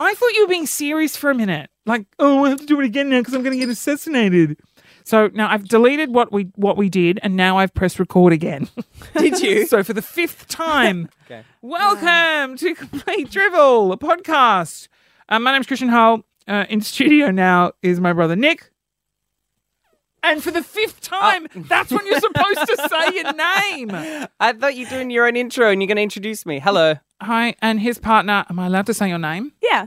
I thought you were being serious for a minute. Like, oh, I have to do it again now because I'm going to get assassinated. So now I've deleted what we what we did, and now I've pressed record again. Did you? so for the fifth time, welcome to Complete Drivel, a podcast. Uh, my name's Christian Hull. Uh, in studio now is my brother Nick. And for the fifth Oh. time, that's when you're supposed to say your name. I thought you were doing your own intro and you're going to introduce me. Hello. Hi, and his partner. Am I allowed to say your name? Yeah,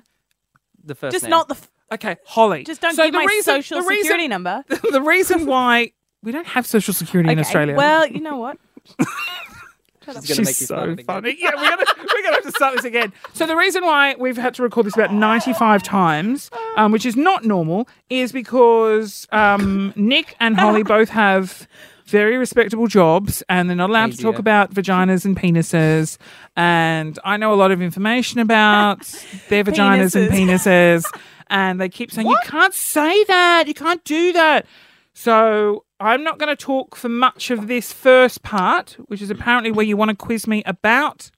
The first just name. not the. F- Okay, Holly. just don't So give the my reason- social the reason- security number. the reason why we don't have social security in Okay, Australia. Well, you know what? She's she's gonna make so you start it again. funny. Yeah, we're gonna we're gonna have to start this again. So the reason why we've had to record this about ninety five times, um, which is not normal, is because um, Nick and Holly both have. Very respectable jobs, and they're not allowed Hey, to talk dear. about vaginas and penises. And I know a lot of information about their vaginas and penises. And they keep saying, You can't say that. You can't do that. So I'm not going to talk for much of this first part, which is apparently where you want to quiz me about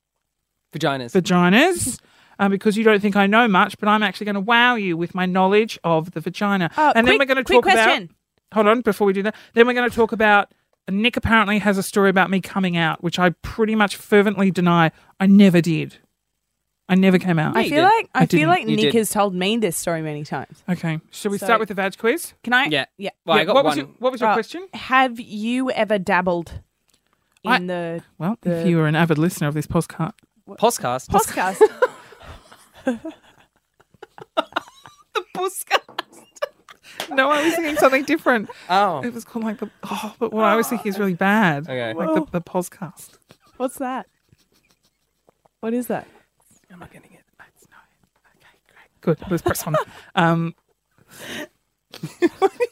Vaginas. vaginas. Uh, because you don't think I know much, but I'm actually going to wow you with my knowledge of the vagina. Oh, and then quick- we're going to quick talk question. about. Hold on, before we do that, then we're going to talk about. Nick apparently has a story about me coming out, which I pretty much fervently deny. I never did. I never came out. I you did. feel like I, Oh, I feel didn't. like You Nick did. has told me this story many times. Okay. Should we So- start with the vag quiz? Can I? yeah. yeah. Well, I Yeah, got what one. Was your, what was your Right. question? Have you ever dabbled in I- the Well, if The- you were an avid listener of this podcast, Podcast. podcast? no, I was thinking something different. Oh. It was called like the oh, but what I was thinking is really bad. Okay. like the, the podcast. What's that? What is that? I'm not getting it. Good, let's press on. Um, I want to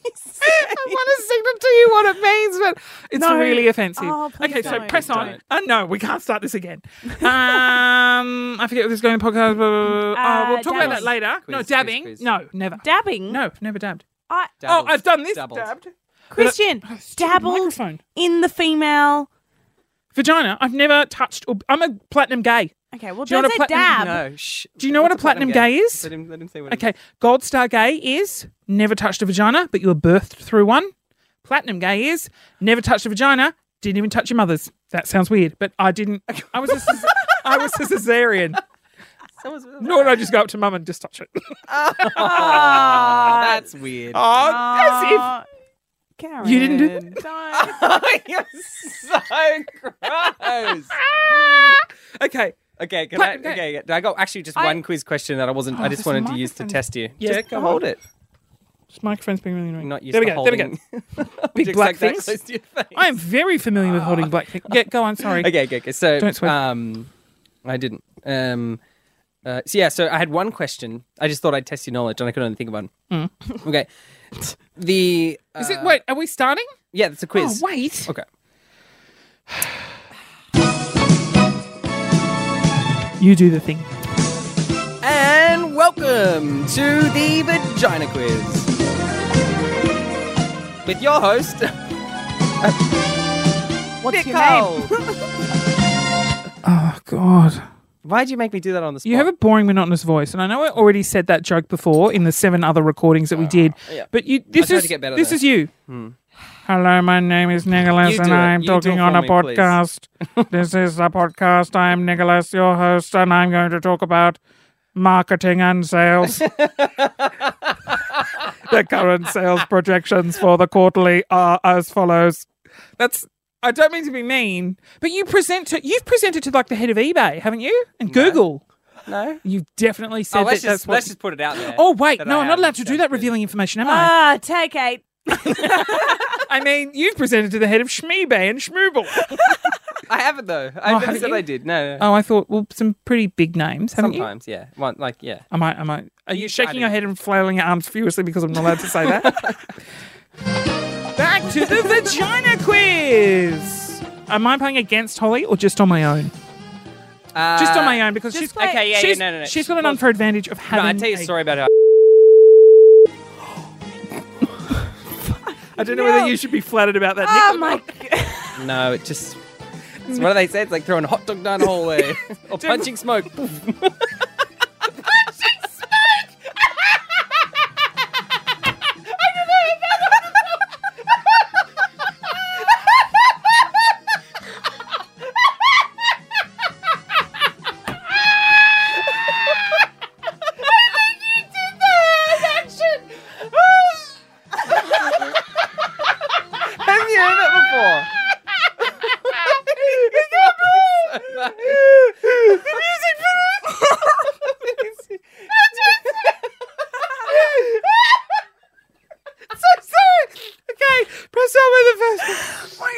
signal to you what it means, but it's No. really offensive. Oh, please okay, so don't. press on. Don't. Uh, no, we can't start this again. Um, I forget what this is going podcast. Blah, blah, blah, blah. Uh, oh, we'll talk about that dabbing. later. Quiz, no, quiz, dabbing. quiz. No, never. Dabbing. no, never dabbed. I, Dabbled. Oh, I've done this. Dabbled. Dabbed. Christian Oh, stupid dabbled microphone. in the female. Vagina. I've never touched. Or, I'm a platinum gay. Okay, well, Do you don't want say a platinum- dab. No. Shh. Do you know what What's a platinum gay is? Let him, let him say what Okay, gold star gay is never touched a vagina, but you were birthed through one. Platinum gay is never touched a vagina, didn't even touch your mother's. That sounds weird, but I didn't. I was a, ces- I was a cesarean. No. Nor did I just go up to mum and just touch it. Oh, Ah, Ah. that's weird. Oh, Oh, Karen. You didn't do that? Don't. You're so gross. as if. Okay. Okay, can I, Platinum gay. okay, yeah. I got actually just one quiz question that I wasn't. I Oh, just this wanted to use to microphone. test you. Yeah, just go hold on. it. This microphone's being really annoying. Not used there we to go. holding. There we go. Big black that things. close to your face. I am very familiar with holding black things. Yeah, go on. Sorry. okay, okay, okay. So, Don't swear. um, I didn't. Um, uh, so yeah, so I had one question. I just thought I'd test your knowledge, and I could only think of one. Okay, the Mm. uh, Is it? Wait, are we starting? yeah, it's a quiz. Oh, wait. Okay, You do the thing. and welcome to the vagina quiz with your host What's your name? Nicole. Oh, God. Why'd you make me do that on the spot? You have a boring, monotonous voice, and I know I already said that joke before in the seven other recordings that we did. Ah, yeah. But you, this tried is to get better this there. Hmm. is you. Hello, my name is Nicholas, You do and it. I'm You do talking it on for a me, please. podcast. this is a podcast. I'm Nicholas, your host, and I'm going to talk about marketing and sales. the current sales projections for the quarterly are as follows. That's. I don't mean to be mean, but you present to, you've presented to like the head of eBay, haven't you? And Google. no. You've definitely said Oh, that. let's that's just what- let's just put it out there. oh wait, that no, I I'm not am allowed to do that attracted. revealing information, am I? Ah, take eight. I mean, you've presented to the head of Schmeebay and Schmooble. I haven't though. Oh, I never haven't said you? I did. No. no. oh, I thought, well, some pretty big names, haven't you? Sometimes, yeah. One, like, yeah. Am I? Am I? Are you You- I shaking your didn't. head and flailing your arms furiously because I'm not allowed to say that? Back to the vagina quiz. Am I playing against Holly or just on my own? Uh, Just on my own because she's play- Okay, yeah, yeah, she's, no, no, no. She's got an Well, unfair advantage of No, having. I tell you a a- story about how. I don't know whether you should be flattered about that. Oh Nick. my god. No, it just. It's, what do they say? It's like throwing a hot dog down a hallway or punching smoke.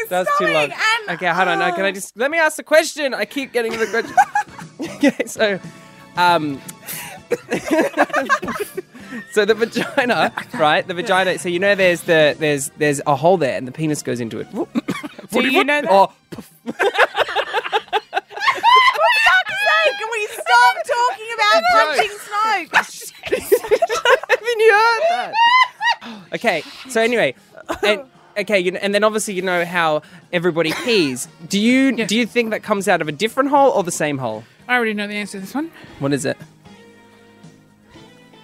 That was too long. okay, hold on. Now, can I just let me ask the question? I keep getting the question. okay, so, um, so the vagina, right? The vagina. So you know, there's the there's there's a hole there, and the penis goes into it. Do you know that? Oh, Can we stop talking about punching smoke? haven't you heard that? okay, so anyway, and, okay, you know, and then obviously you know how everybody pees. Do you do you think that comes out of a different hole or the same hole? I already know the answer to this one. What is it?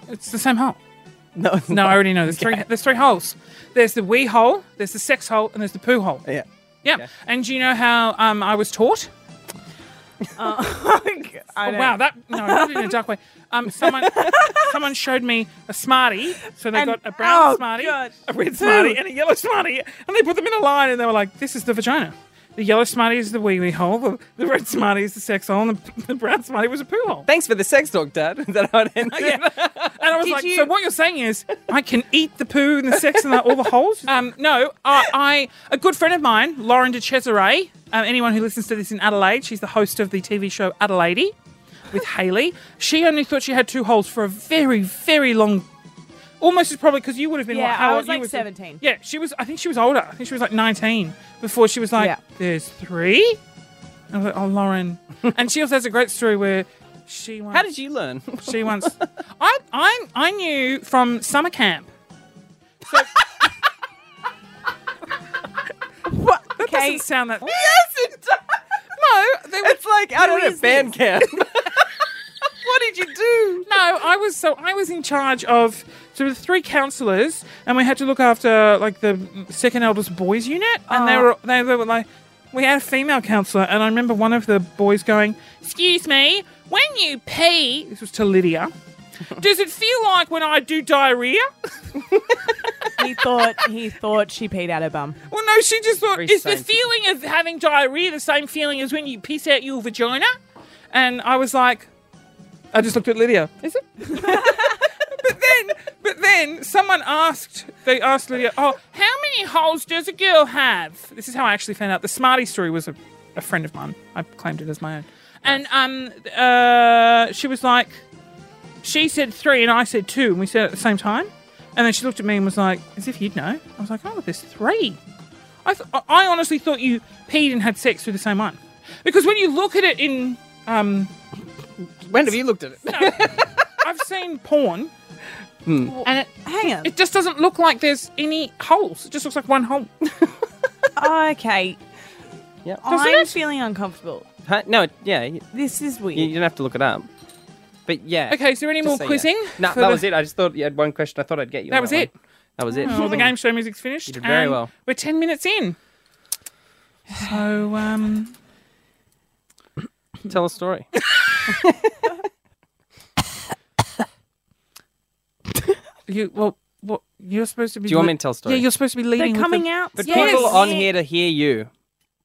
It's the same hole. No, it's No, not. I already know. There's three. There's three holes. There's the wee hole. There's the sex hole, and there's the poo hole. Yeah. Yeah. Yeah. And do you know how um, I was taught? I Oh, don't- wow, that no, not in a dark way. Um, someone, someone showed me a smartie, so they And- got a brown oh, smartie, God. a red smartie, and a yellow smartie, and they put them in a line, and they were like, "This is the vagina." The yellow smartie is the wee wee hole. The, the red smartie is the sex hole, and the, the brown smartie was a poo hole. Thanks for the sex talk, Dad. Is that how it ended? And I was Did like, you- so what you're saying is I can eat the poo and the sex and the, all the holes? Um, no, I, I a good friend of mine, Lauren de Cesare, um, anyone who listens to this in Adelaide, she's the host of the TV show Adelaide with Haley. She only thought she had two holes for a very, very long. Almost as probably because you would have been. Yeah, like, how I old- was you like would- 17. Yeah, she was. I think she was older. I think she was like 19 before she was like, Yeah. "There's three? And I was like, "Oh, Lauren," and she also has a great story where she. Went, How did you learn? she once. I, I I knew from summer camp. So, That Okay. doesn't sound that. yes, it does. No, there was, It's like I don't know is band camp. what did you do? no. I was so I was in charge of sort of three counselors, and we had to look after like the second eldest boys unit, and they Oh. were they were like. We had a female counselor, and I remember one of the boys going, "Excuse me, when you pee, this was to Lydia, does it feel like when I do diarrhea?" He thought he thought she peed out her bum. Well, no, she just thought, Very is the scientific. feeling of having diarrhea the same feeling as when you piss out your vagina? And I was like, I just looked at Lydia. Is it? but then, but then someone asked, they asked Lydia, oh, how many holes does a girl have? This is how I actually found out. The Smarty story was a, a friend of mine. I claimed it as my own. And um, uh, she was like, she said three and I said two, and we said it at the same time. And then she looked at me and was like, as if you'd know. I was like, oh, there's three. I, th- I honestly thought you peed and had sex with the same one. Because when you look at it in. Um, When have you looked at it? I've seen porn, Hmm. and it, Hang on. it just doesn't look like there's any holes. It just looks like one hole. Okay. Yeah. I'm it? feeling uncomfortable. Huh? No, yeah, you, This is weird. you uh, don't have to look it up. But yeah. Okay, is there any Just more say yeah. quizzing? No, for that the- was it. I just thought you had one question. I thought I'd get you. That on was one. it. That was it. Well, the game show music's finished. You did very and well. We're 10 minutes in. So, um, Tell a story. you, well, what, you're supposed to be. Do you want le- me to tell a story? Yeah, you're supposed to be They're leading. with coming the- out. But Yes. people on here to hear you.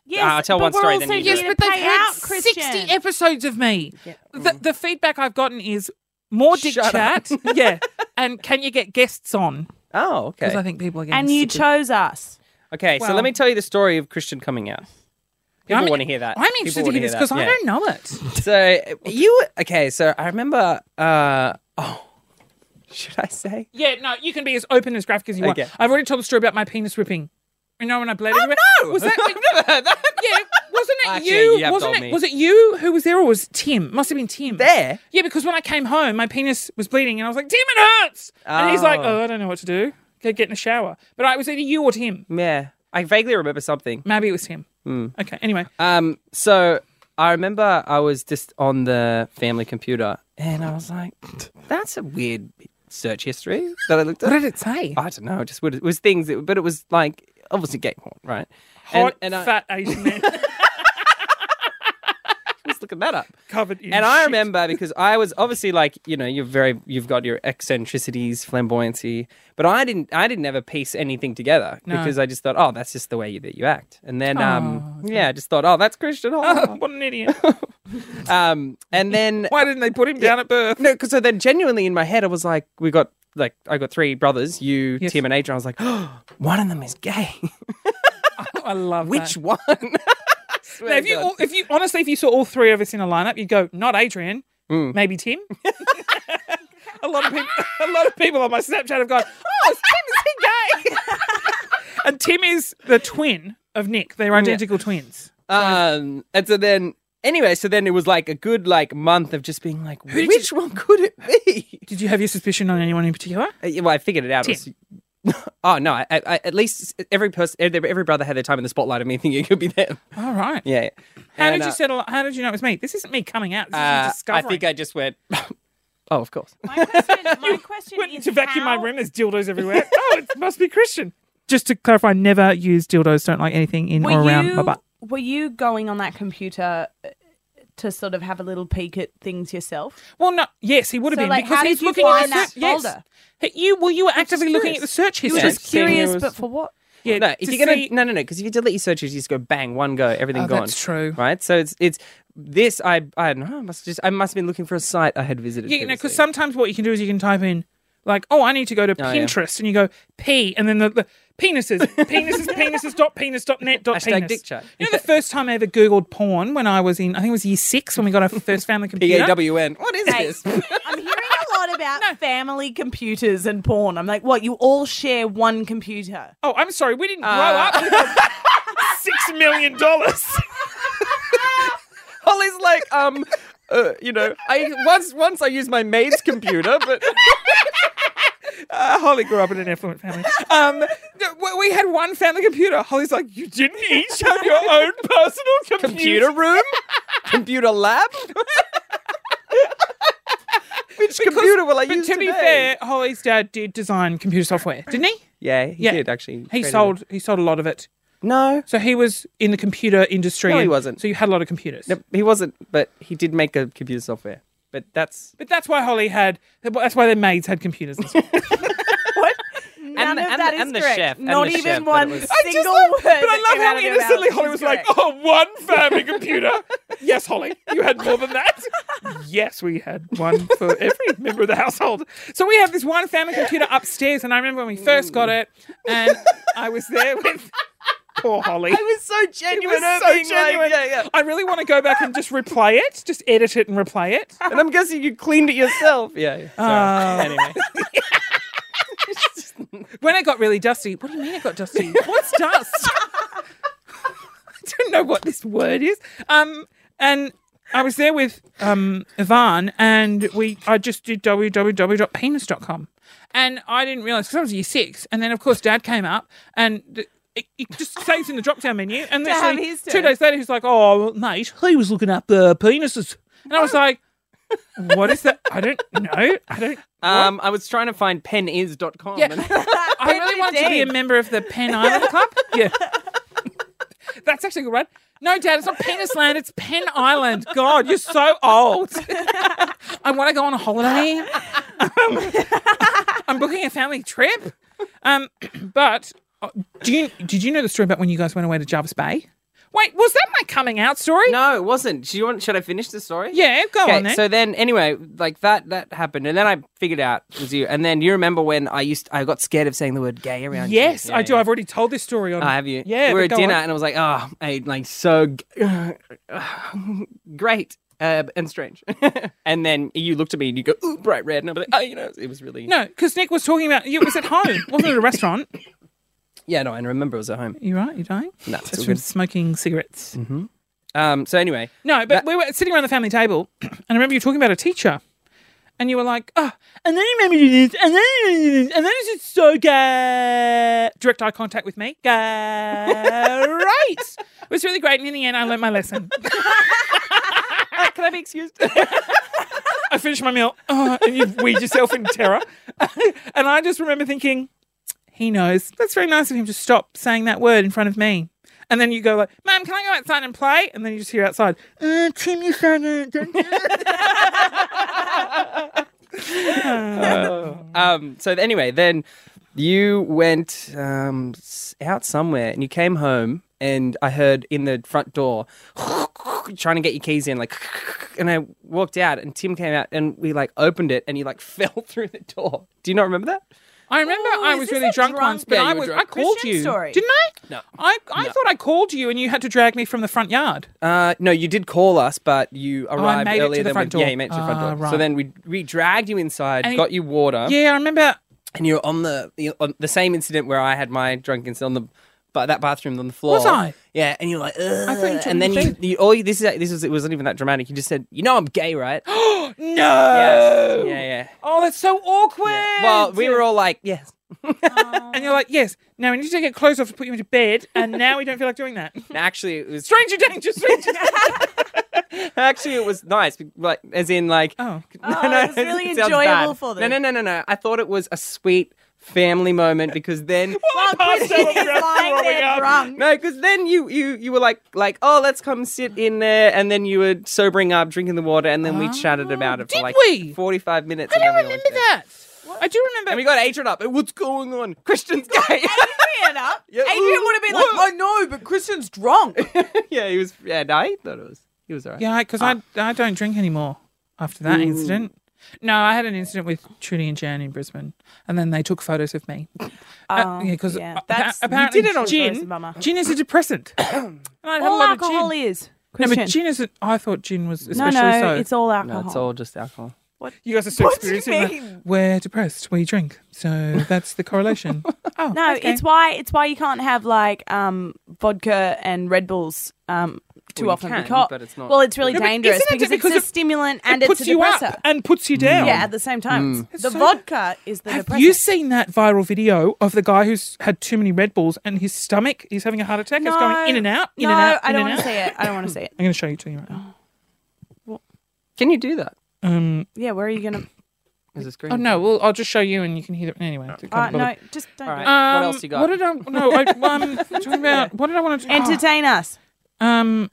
Yes, Ah, I'll tell but one we're story, also then you here do Yes, it. to but they've pay had out, Christian. 60 episodes of me. The, the feedback I've gotten is more dick Shut up. chat. yeah. And can you get guests on? Oh, Because I okay. think people are getting and you sick of- chose us. Okay, so Well- let me tell you the story of Christian coming out. People I'm- want to hear that. I'm People interested to wanna hear this that, because I yeah. don't know it. So you okay? So I remember. uh Oh, should I say? Yeah, no, you can be as open as graphic as you Okay. Oh, want. I've already told the story about my penis whipping. You know when I bled everywhere? no! Was that Yeah, wasn't it Actually, you? you have wasn't told it me. was it you who was there or was it Tim? Must have been Tim. There. Yeah, because when I came home, my penis was bleeding and I was like, Tim, it hurts! And he's like, Oh. Oh, I don't know what to do. Go get in a shower. But I, it was either you or Tim. Yeah, I vaguely remember something. Maybe it was him. Hmm. Okay, anyway. Um, so I remember I was just on the family computer, and I was like, "That's a weird search history that I looked at." it say? I don't know. It just would, it was things, that, but it was like obviously gay porn, right? Hot, and, and I fat Asian man was looking that up. covered in And I shit. remember because I was obviously like, you know, you're very, you've got your eccentricities, flamboyancy, but I didn't, I didn't ever piece anything together No. because I just thought, oh, that's just the way you, that you act. And then, um, Oh, yeah, I just thought, oh, that's Christian. Oh. What an idiot. Oh. um, and then, Why didn't they put him down at birth? no, because so then genuinely in my head, I was like, we got like, I got three brothers, you, Yes. Tim, and Adrian. I was like, oh, one of them is gay. I love Which that. one? Now, if you all, if you honestly if you saw all three of us in a lineup, you'd go not Adrian, Mm. maybe Tim. a lot of people, a lot of people on my Snapchat have gone, oh, it's Tim is he gay? and Tim is the twin of Nick. They're Mm, identical twins. um, and so then, anyway, so then it was like a good like month of just being like, did which one could it be? Did you have your suspicion on anyone in particular? Uh, yeah, Well, I figured it out. It Tim. was- oh no! I, I, I- at least every person, every, every brother had their time in the spotlight of me thinking it could be them. All right. Yeah. How And, did uh, you settle? How did you know it was me? This isn't me coming out. This is me uh, I discovering. think I just went. oh, of course. My question, my question went is to vacuum my how- room. There's dildos everywhere. oh, it must be Christian. Just to clarify, never use dildos. Don't like anything in Were or around you my butt. were you going on that computer uh, to sort of have a little peek at things yourself? Well, no. Yes, he would have So, been like, because how he's did you looking at find the that se- yes. folder? Hey, You well, you were actively looking at the search You were history. just seeing who curious, was- but for what? yeah, No, if to you're gonna see- no no no, because if you delete your searches, you just go bang, one go, everything Oh, gone. that's true. right? So it's it's this. I I don't know. I must just I must have been looking for a site I had visited. yeah, you know, because previously. sometimes what you can do is you can type in like, oh, I need to go to Oh, yeah. Pinterest, and you go p, and then the, the penises, penises, penises dot penis dot net dot Hashtag penis. dick chat. You know, the first time I ever googled porn when I was in, I think it was year six when we got our first family P computer. A W N. What is Hey, this? I'm hearing a lot about family computers and porn. I'm like, what? You all share one computer? Oh, I'm sorry, we didn't grow Uh. up with six million dollars. Holly's like um. Uh, you know, I once once I used my maid's computer, but Uh, Holly grew up in an affluent family. Um, th- we- we had one family computer. Holly's like, you didn't each have your own personal computer. computer room, computer lab. Which computer will I But use to be today? fair, Holly's dad did design computer software, didn't he? yeah, he Yeah. did actually. He create it. sold. He sold a lot of it. No, So he was in the computer industry. No, he and- wasn't. So you had a lot of computers. Nope, he wasn't, but he did make a computer software. But that's But that's why Holly had. That's why their maids had computers. and stuff. What? None the- of and that the- is and the correct. chef, and Not the even chef, but one it was- I single love, word. But that I love came out how of your innocently mouth Holly is was like, correct. "Oh, one family computer." yes, Holly, you had more than that. yes, we had one for every member of the household. So we have this one family computer upstairs, and I remember when we first got Mm. it, and I was there with poor Holly. It was so genuine. It was so genuine. I really want to go back and just replay it, just edit it and replay it. And I'm guessing you cleaned it yourself. Yeah. yeah. Sorry. Oh. anyway. When it got really dusty, what do you mean it got dusty? What's dust? I don't know what this word is. Um, and I was there with um Ivan, and we I just did www.penis.com, and I didn't realize because I was year six, and then of course Dad came up and. th- it, it just saves in the drop down menu, and To have literally his two turn. days later, he's like, "Oh, mate, he was looking up the penises," and I was like, "What is that? I don't know. I don't Um, I was trying to find penis.com. Yeah. and- I really wanted to be a member of the Pen Island Club. Yeah. That's actually a good one. No, Dad, it's not Penis Land, it's Pen Island. God, you're so old. I want to go on a holiday. Um, I'm booking a family trip. Um, but uh, do you, did you know the story about when you guys went away to Jarvis Bay? Wait, was that my coming out story? no, it wasn't. Do you want, should I finish the story? Yeah, go on Okay, then. so then anyway, like that that happened, and then I figured out it was you. And then you remember when I used I got scared of saying the word gay around you. yes, Yeah, I do. yeah. I've already told this story on. Oh, have you? Yeah, We were but at go dinner, on. and I was like, oh, I like so g- great uh, and strange. and then you looked at me and you go, ooh, bright red, and I'm like, oh, you know, it was really No, because Nick was talking about it was at home, wasn't it a restaurant? Yeah, no, I remember it was at home. You right? You dying? No, it's That's all from good. smoking cigarettes. Um, so anyway, No, but we were sitting around the family table, and I remember you were talking about a teacher, and you were like, "Oh, and then you made me do this, and then you made me do this, and then it's just so gay." Direct eye contact with me. Gay. right. It was really great, and in the end, I learned my lesson. can I be excused? I finished my meal, oh, and you weed yourself in terror. and I just remember thinking, he knows. That's very nice of him to stop saying that word in front of me. And then you go like, "Mum, can I go outside and play?" And then you just hear outside, uh, "Tim, you son of um, so anyway, then you went um, s- out somewhere and you came home, and I heard in the front door trying to get your keys in, like, and I walked out, and Tim came out, and we like opened it, and he like fell through the door. Do you not remember that? I remember Ooh, I is was this really a drunk, drunk- once, but Yeah, I you were was I drunk. called Christian you, story. didn't I? No. I I thought I called you, and you had to drag me from the front yard. Uh, no, you did call us, but you arrived Oh, made it to earlier the than front we. door. Yeah, you made it to the front Ah, door. right. So then we we dragged you inside, And- got you water, Yeah, I remember. and you were on the you- on the same incident where I had my drunk incident on the. But that bathroom on the floor. Was I? Yeah, and you're like, Ugh. you told and me to then you, think. you, all you, this is this was it wasn't even that dramatic. You just said, you know, I'm gay, right? yes. No. Yeah, yeah. Oh, that's so awkward. Well, we were all like, yes. and you're like, yes. Now we need to get clothes off to put you into bed, and now we don't feel like doing that. Actually, it was Stranger danger, stranger danger. Actually, it was nice. Like, as in, like, Oh. Oh, it was really sounds enjoyable bad. for No, them. no, no, no, no. I thought it was a sweet family moment because then. While "Oh, Christian is lying there drunk. No, because then you, you you were like like oh let's come sit in there, and then you were sobering up, drinking the water, and then we chatted about it Uh-huh. Oh, did for like we? forty five minutes. I and don't then we remember went to bed. that. I do remember. And we got Adrian up. What's going on? Christian's gay. Adrian up. Yeah, Adrian ooh, would have been what? like, "Oh no, but Christian's drunk." yeah, he was. Yeah, no, I thought it was. He was alright. yeah, because Ah. I I don't drink anymore after that incident. No, I had an incident with Trudy and Jan in Brisbane, and then they took photos of me. Uh, Oh, yeah, because yeah. That's- you apparently did it on Frozen gin, Mama. gin is a depressant. and I had a all lot of alcohol gin. is. No, Christian. but gin is. I thought gin was no, especially no, so. it's all alcohol. No, Uh-huh. it's all just alcohol. you guys are so What do you experienced. in that. mean? We're depressed. We drink, so that's the correlation. oh No, okay. it's why it's why you can't have like um, vodka and Red Bulls um, too Well, you often can, because but it's not- well, it's really Yeah, but dangerous isn't it because, because it- it's a stimulant It and puts it's a you depressor. up and puts you down. Yeah, at the same time, It's the so- vodka is the Have depressor. you seen that viral video of the guy who's had too many Red Bulls and his stomach is having a heart attack? It's going in and out, in no, and out. I in don't and want to out. see it. I don't want to see it. I'm going to show you to you right now. Can you do that? Um, Yeah, where are you gonna? Is it screen? oh no, well I'll just show you and you can hear it anyway. I can't Uh, bother. no, just don't. All do right. it. Um, what else you got? What did I? No, I, um, talking about what did I want to Entertain us. Oh, um,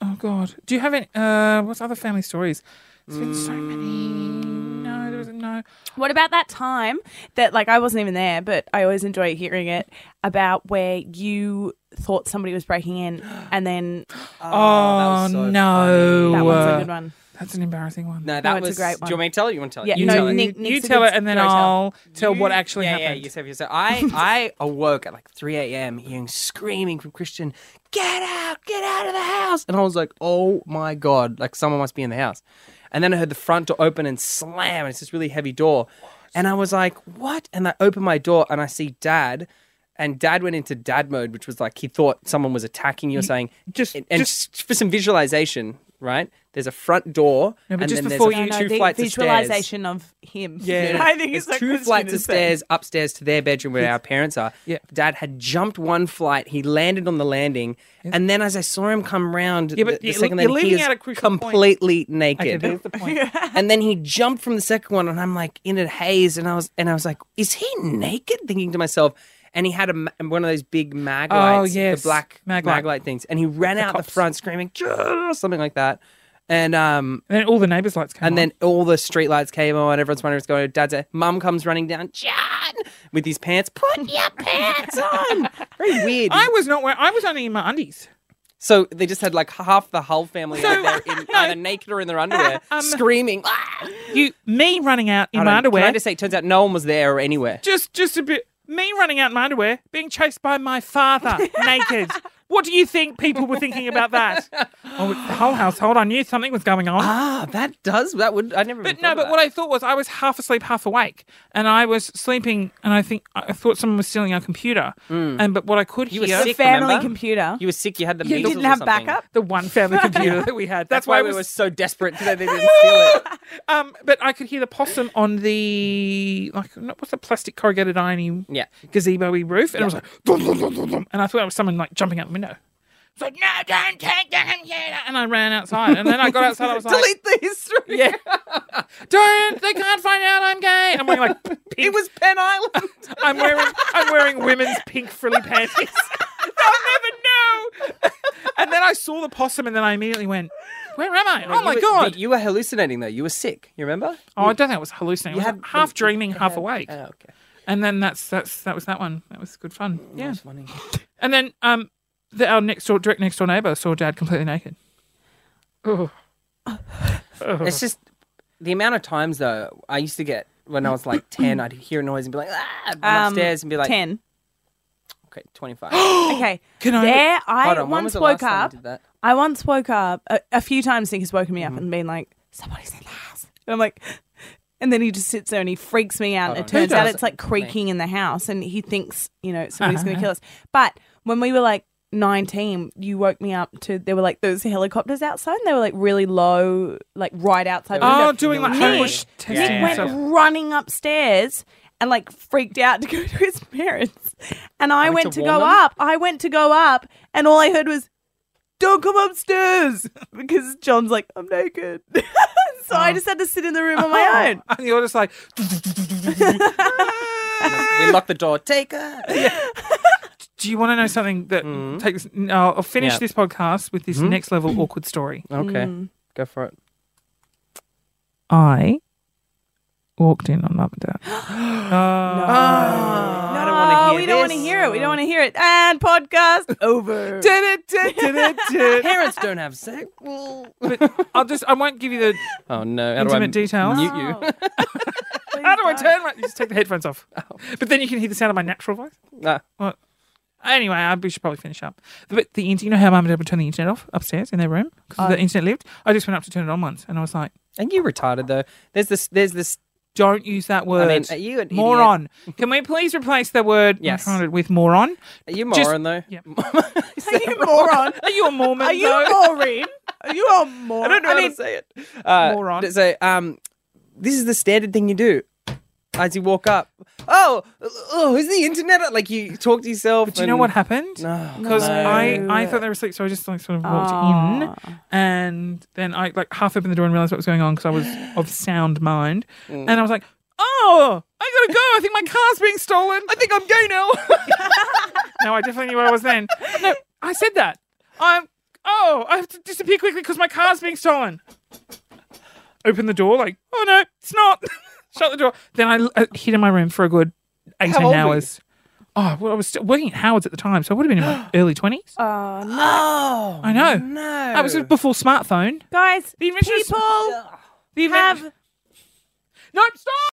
oh God, do you have any? Uh, what's other family stories? There's been so many. No, there was no. What about that time that, like, I wasn't even there, but I always enjoy hearing it about where you thought somebody was breaking in and then Oh, was so no, that one's a Uh, good one. That's an embarrassing one. No, that it's a was. great Do you one. want me to tell it? You want to tell it? Yeah, you you, no, tell it. Nick- you Nick's a tell good it, and then storyteller. I'll tell You- what actually yeah, happened. Yeah, yourself, yourself. I, I awoke at like 3 a.m. hearing screaming from Christian, get out, get out of the house. And I was like, oh my God, like someone must be in the house. And then I heard the front door open and slam, and it's this really heavy door. And I was like, what? And I opened my door and I see dad. And dad went into dad mode, which was like he thought someone was attacking you or saying, just- and, and just for some visualization, right? There's a front door, No, but and just then before there's a you- f- No, two the flights of stairs. visualization of, him. Yeah. I think There's it's like two Christian flights is of saying. stairs upstairs to their bedroom where our parents are. Yeah. Dad had jumped one flight. He landed on the landing, and then as I saw him come round, Yeah, but the, the you're- second you're landing, he leaving is out a crucial point. completely Okay, naked. there's the point. and then he jumped from the second one, and I'm like in a haze, and I was and I was like, is he naked? Thinking to myself. And he had a, ma- one of those big mag Oh, lights, yes. the black Mag mag, light. light things, and he ran out the front screaming "Jah!" something like that, and um, And then all the neighbours' lights came and on. then all the street lights came on. Everyone's wondering what's going on. Dad's there. Mum comes running down. John! With his pants. Put your pants on! Very weird. I was not wearing. I was only in my undies. so they just had like half the whole family So- out there in no. Um, either naked or in their underwear screaming. "Ah!" You, me running out in Hold my on, underwear. Can I just say, it turns out no one was there or anywhere. just, just a bit. Me running out in my underwear, being chased by my father naked. What do you think people were thinking about that? Oh, the whole household. I knew something was going on. Ah, that does. That would. I never. But no, but what I thought was I was half asleep, half awake, and I was sleeping, and I think I thought someone was stealing our computer. And but what I could Mm. You were hear, sick, Family remember? computer. You were sick. You had the You measles didn't or have something. backup? the one family computer that we had. That's why we were was. so desperate that they didn't steal it. Um, but I could hear the possum on the like not what's the plastic corrugated irony Yeah. gazebo-y roof, and it was like, dum, dum, dum, dum, dum, and I thought it was someone like jumping out the window. It's like, no, don't take the computer, and I ran outside, and then I got outside, I was like, Delete the history. yeah, don't, they can't find out I'm gay. I'm wearing like, It pink, was Penn Island. I'm wearing, I'm wearing women's pink frilly panties. I'll never know. And then I saw the possum, and then I immediately went, where am I? oh You my were- god! but You were hallucinating though. You were sick. You remember? oh, I don't think it was hallucinating. I was had- half dreaming, half awake. Oh, okay. And then that's that's that was that one. That was good fun. I Yeah. was wondering. And then um, the, our next door, direct next door neighbor saw Dad completely naked. Oh, It's just the amount of times though I used to get when I was like 10, I'd hear a noise and be like, ah, I'd run Um, upstairs and be like, ten. okay, 25. Okay. Can I- there, I Hold on, when was once the last woke time I up. did Mm-hmm. that? I once woke up a, a few times. Nick has woken me up and been like, "Somebody's in the house," and I'm like, and then he just sits there and he freaks me out. Hold and on, it who turns out does it's it? like creaking in the house, and he thinks you know somebody's going to kill us. Uh-huh. But when we were like 19, you woke me up to there were like those helicopters outside, and they were like really low, like right outside. the Oh, window. doing like Nick- ambush Nick testing. Nick Yeah, and went yeah. stuff. running upstairs and like freaked out to go to his parents. And I Having went to to, warn go them? up. I went to go up, and all I heard was, "Don't come upstairs," because John's like, "I'm naked." so I Oh. just had to sit in the room on my own. Oh, And you're just like, We locked the door. Take her. do you want to know something that takes? No, I'll finish Yeah. this podcast with this next level awkward story. Okay, Mm. go for it. I walked in on mum and dad. Uh, I don't wanna hear Oh. we don't want to this. hear it. We don't want to hear it. And podcast over. Did it, did it, did it. Parents don't have sex. Oh, But I'll just, I won't give you the. Oh no. How Intimate details. Mute Oh. you. How do I turn? Like, Oh. just take the headphones off. But then you can hear the sound of my natural voice. Ah, Well, anyway, I, we should probably finish up. But the internet, you know how mum and dad would turn the internet off upstairs in their room because the internet lived. I just went up to turn it on once, and I was like, and you retarded though. There's this. There's this. "Don't use that word, mean, are you an idiot? moron." Can we please replace the word Yes. retarded with moron? Are you Just- moron though? Yeah. Are you a moron? Are you a Mormon? Are you though? a moron? Are you a moron? I don't know how to say it. Uh, Moron. So um, this is the standard thing you do. As you walk up, oh, oh, is the internet like you talk to yourself? Do you know and- what happened? No, Because no. Ah. I, I thought they were asleep, so I just like sort of walked in, and then I like half opened the door and realized what was going on because I was of sound mind, Mm. and I was like, "Oh, I gotta go! I think my car's being stolen. I think I'm gay now." no, I definitely knew where I was then. No, I said that. I'm. Oh, I have to disappear quickly because my car's being stolen. Open the door, like, oh no, it's not. Shut the door. Then I uh, hid in my room for a good eighteen old were you? hours. Oh, well, I was still working at Howard's at the time, so I would have been in my early twenties. Oh, no. Oh, I know. No, That was Oh. before smartphone. Guys, The invention of- people The invention- have no, stop.